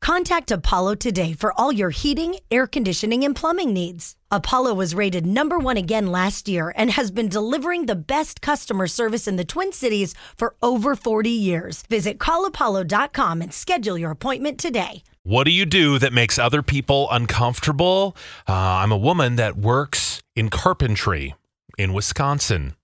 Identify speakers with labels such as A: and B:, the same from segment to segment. A: Contact Apollo today for all your heating, air conditioning, and plumbing needs. Apollo was rated number one again last year and has been delivering the best customer service in the Twin Cities for over 40 years. Visit callapollo.com and schedule your appointment today.
B: What do you do that makes other people uncomfortable? Uh, I'm a woman that works in carpentry in Wisconsin,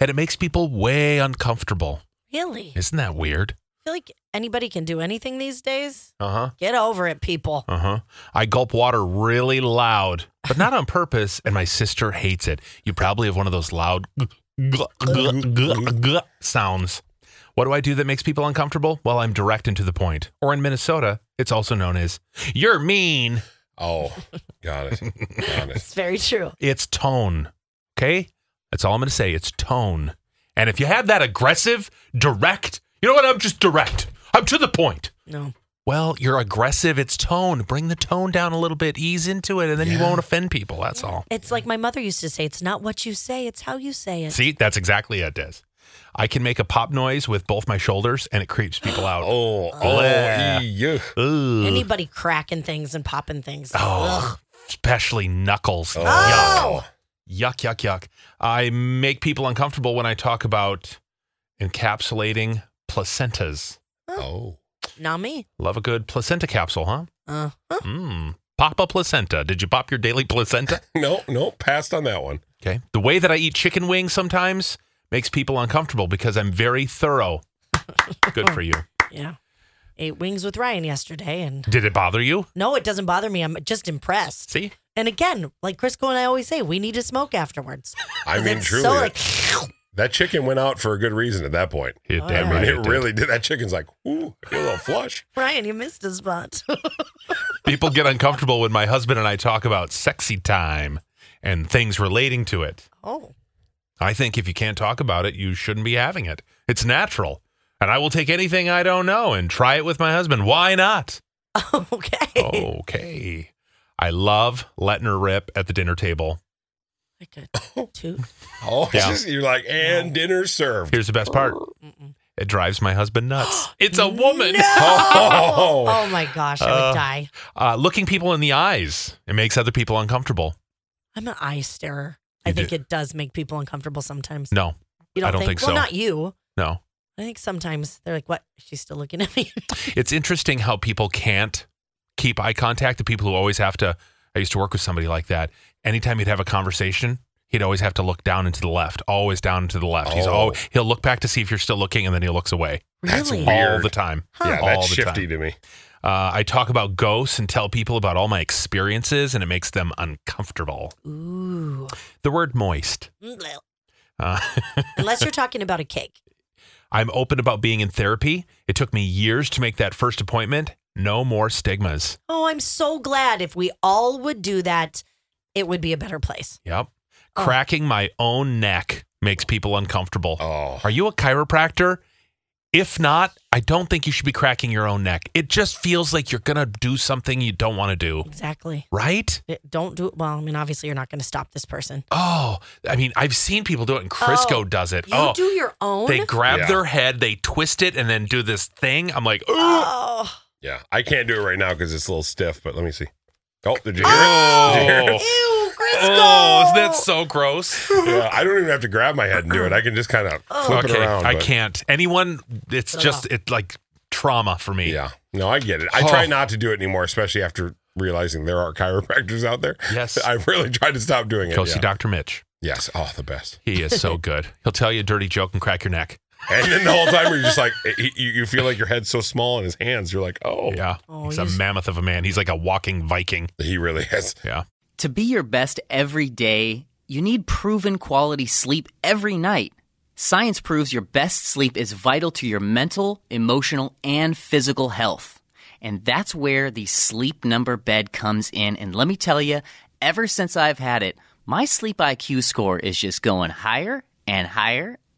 B: and it makes people way uncomfortable.
C: Really? I
B: Isn't that weird?
C: feel like anybody can do anything these days.
B: Uh huh.
C: Get over it, people.
B: Uh huh. I gulp water really loud, but not on purpose, and my sister hates it. You probably have one of those loud gl- gl- gl- gl- sounds. What do I do that makes people uncomfortable? Well, I'm direct and to the point. Or in Minnesota, it's also known as "you're mean."
D: Oh, got it. Got it.
C: It's very true.
B: It's tone. Okay? That's all I'm going to say. It's tone. And if you have that aggressive, direct, you know what? I'm just direct. I'm to the point.
C: No.
B: Well, you're aggressive. It's tone. Bring the tone down a little bit, ease into it, and then you
D: Yeah.
B: won't offend people. That's all.
C: It's like my mother used to say it's not what you say, it's how you say it.
B: See, that's exactly it, Des. I can make a pop noise with both my shoulders, and it creeps people out.
D: Oh, oh,
B: Yeah.
D: yeah.
B: Ooh.
C: Anybody cracking things and popping things.
B: oh, especially knuckles.
D: Oh.
B: Yuck, yuck, yuck. I make people uncomfortable when I talk about encapsulating placentas.
D: Oh.
C: Ugh, not me.
B: Love a good placenta capsule, huh?
C: Uh,
D: Uh-huh.
C: huh.
B: Mmm. Pop a placenta. Did you pop your daily placenta?
D: No, no, passed on that one.
B: Okay. The way that I eat chicken wings sometimes makes people uncomfortable because I'm very thorough. Good for you.
C: Yeah. Ate wings with Ryan yesterday and
B: Did it bother you?
C: no, it doesn't bother me. I'm just impressed.
B: See?
C: And again, like Crisco and I always say, we need to smoke afterwards.
D: I
C: 'Cause
D: mean,
C: it's
D: truly,
C: So
D: that-
C: like,
D: that chicken went out for a good reason at that point.
B: It,
C: Oh,
B: damn
C: yeah.
D: I mean,
B: right
D: it
B: it did.
D: really did. That chicken's like, ooh, I feel a little flush.
C: Ryan, you missed a spot.
B: People get uncomfortable when my husband and I talk about sexy time and things relating to it.
C: oh.
B: I think if you can't talk about it, you shouldn't be having it. It's natural. And I will take anything I don't know and try it with my husband. Why not?
C: Okay.
B: Oh. Okay. I love letting her rip at the dinner table.
C: Like a toot.
D: Oh,
B: Yeah.
D: just- you're like, and dinner served.
B: Here's the best part
C: Mm-mm.
B: it drives my husband nuts. it's a woman.
D: Oh.
C: Oh, oh my gosh, I would
B: Uh,
C: die.
B: Uh, looking people in the eyes, it makes other people uncomfortable.
C: I'm an eye starer. I
B: You
C: think
B: do-
C: it does make people uncomfortable sometimes.
B: No,
C: you
B: I don't think so.
C: Well, not you.
B: no.
C: I think sometimes they're like, "What? She's still looking at me."
B: It's interesting how people can't keep eye contact. The people who always have to, I used to work with somebody like that. Anytime he'd have a conversation, he'd always have to look down and to the left, always down and to the left. He's
D: Oh.
B: al- he'll look back to see if you're still looking and then he looks away
D: That's
C: really?
D: weird.
B: all the time.
C: Huh.
D: Yeah,
B: all
D: that's
B: the
D: shifty
B: time.
D: to me.
B: Uh, I talk about ghosts and tell people about all my experiences and it makes them uncomfortable.
C: Ooh.
B: The word moist.
C: Blech.
B: Uh,
C: Unless you're talking about a cake.
B: I'm open about being in therapy. It took me years to make that first appointment. No more stigmas.
C: Oh, I'm so glad if we all would do that, it would be a better place.
B: Yep.
C: Oh.
B: Cracking my own neck makes people uncomfortable.
D: Oh.
B: Are you a chiropractor? If not, I don't think you should be cracking your own neck. It just feels like you're going to do something you don't want to do,
C: Exactly.
B: right?
C: It- Don't do it. Well, I mean, obviously, you're not going to stop this person.
B: Oh, I mean, I've seen people do it and Crisco
C: Oh,
B: does it.
C: You
B: Oh,
C: do your own.
B: they grab
D: Yeah.
B: their head, they twist it, and then do this thing. I'm like, oh,
C: oh.
D: Yeah, I can't do it right now because it's a little stiff, but let me see. Oh, did you hear it? Did you hear
B: oh,
D: it?
C: Ew, Crisco.
B: oh, isn't that so gross?
D: Yeah, I don't even have to grab my head and do it. I can just kind of
C: Oh.
D: flip
B: Oh. okay,
D: it around.
B: I
D: but-
B: can't. Anyone, it's
C: Put it
B: just it like trauma for me.
D: Yeah. No, I get it. I
B: Huh.
D: try not to do it anymore, especially after realizing there are chiropractors out there.
B: Yes.
D: I've really tried to stop doing it.
B: Go
D: yeah.
B: see Dr. Mitch.
D: Yes. Oh, the best.
B: He is so good. He'll tell you a dirty joke and crack your neck.
D: And then the whole time you're just like, you, you feel like your head's so small in his hands. You're like, oh,
B: Yeah.
C: Oh,
B: he's a
C: he's-
B: mammoth of a man. He's like a walking Viking.
D: he really is.
B: Yeah.
E: To be your best every day, you need proven quality sleep every night. Science proves your best sleep is vital to your mental, emotional, and physical health. And that's where the sleep number bed comes in. And let me tell you, ever since I've had it, my sleep IQ score is just going higher and higher.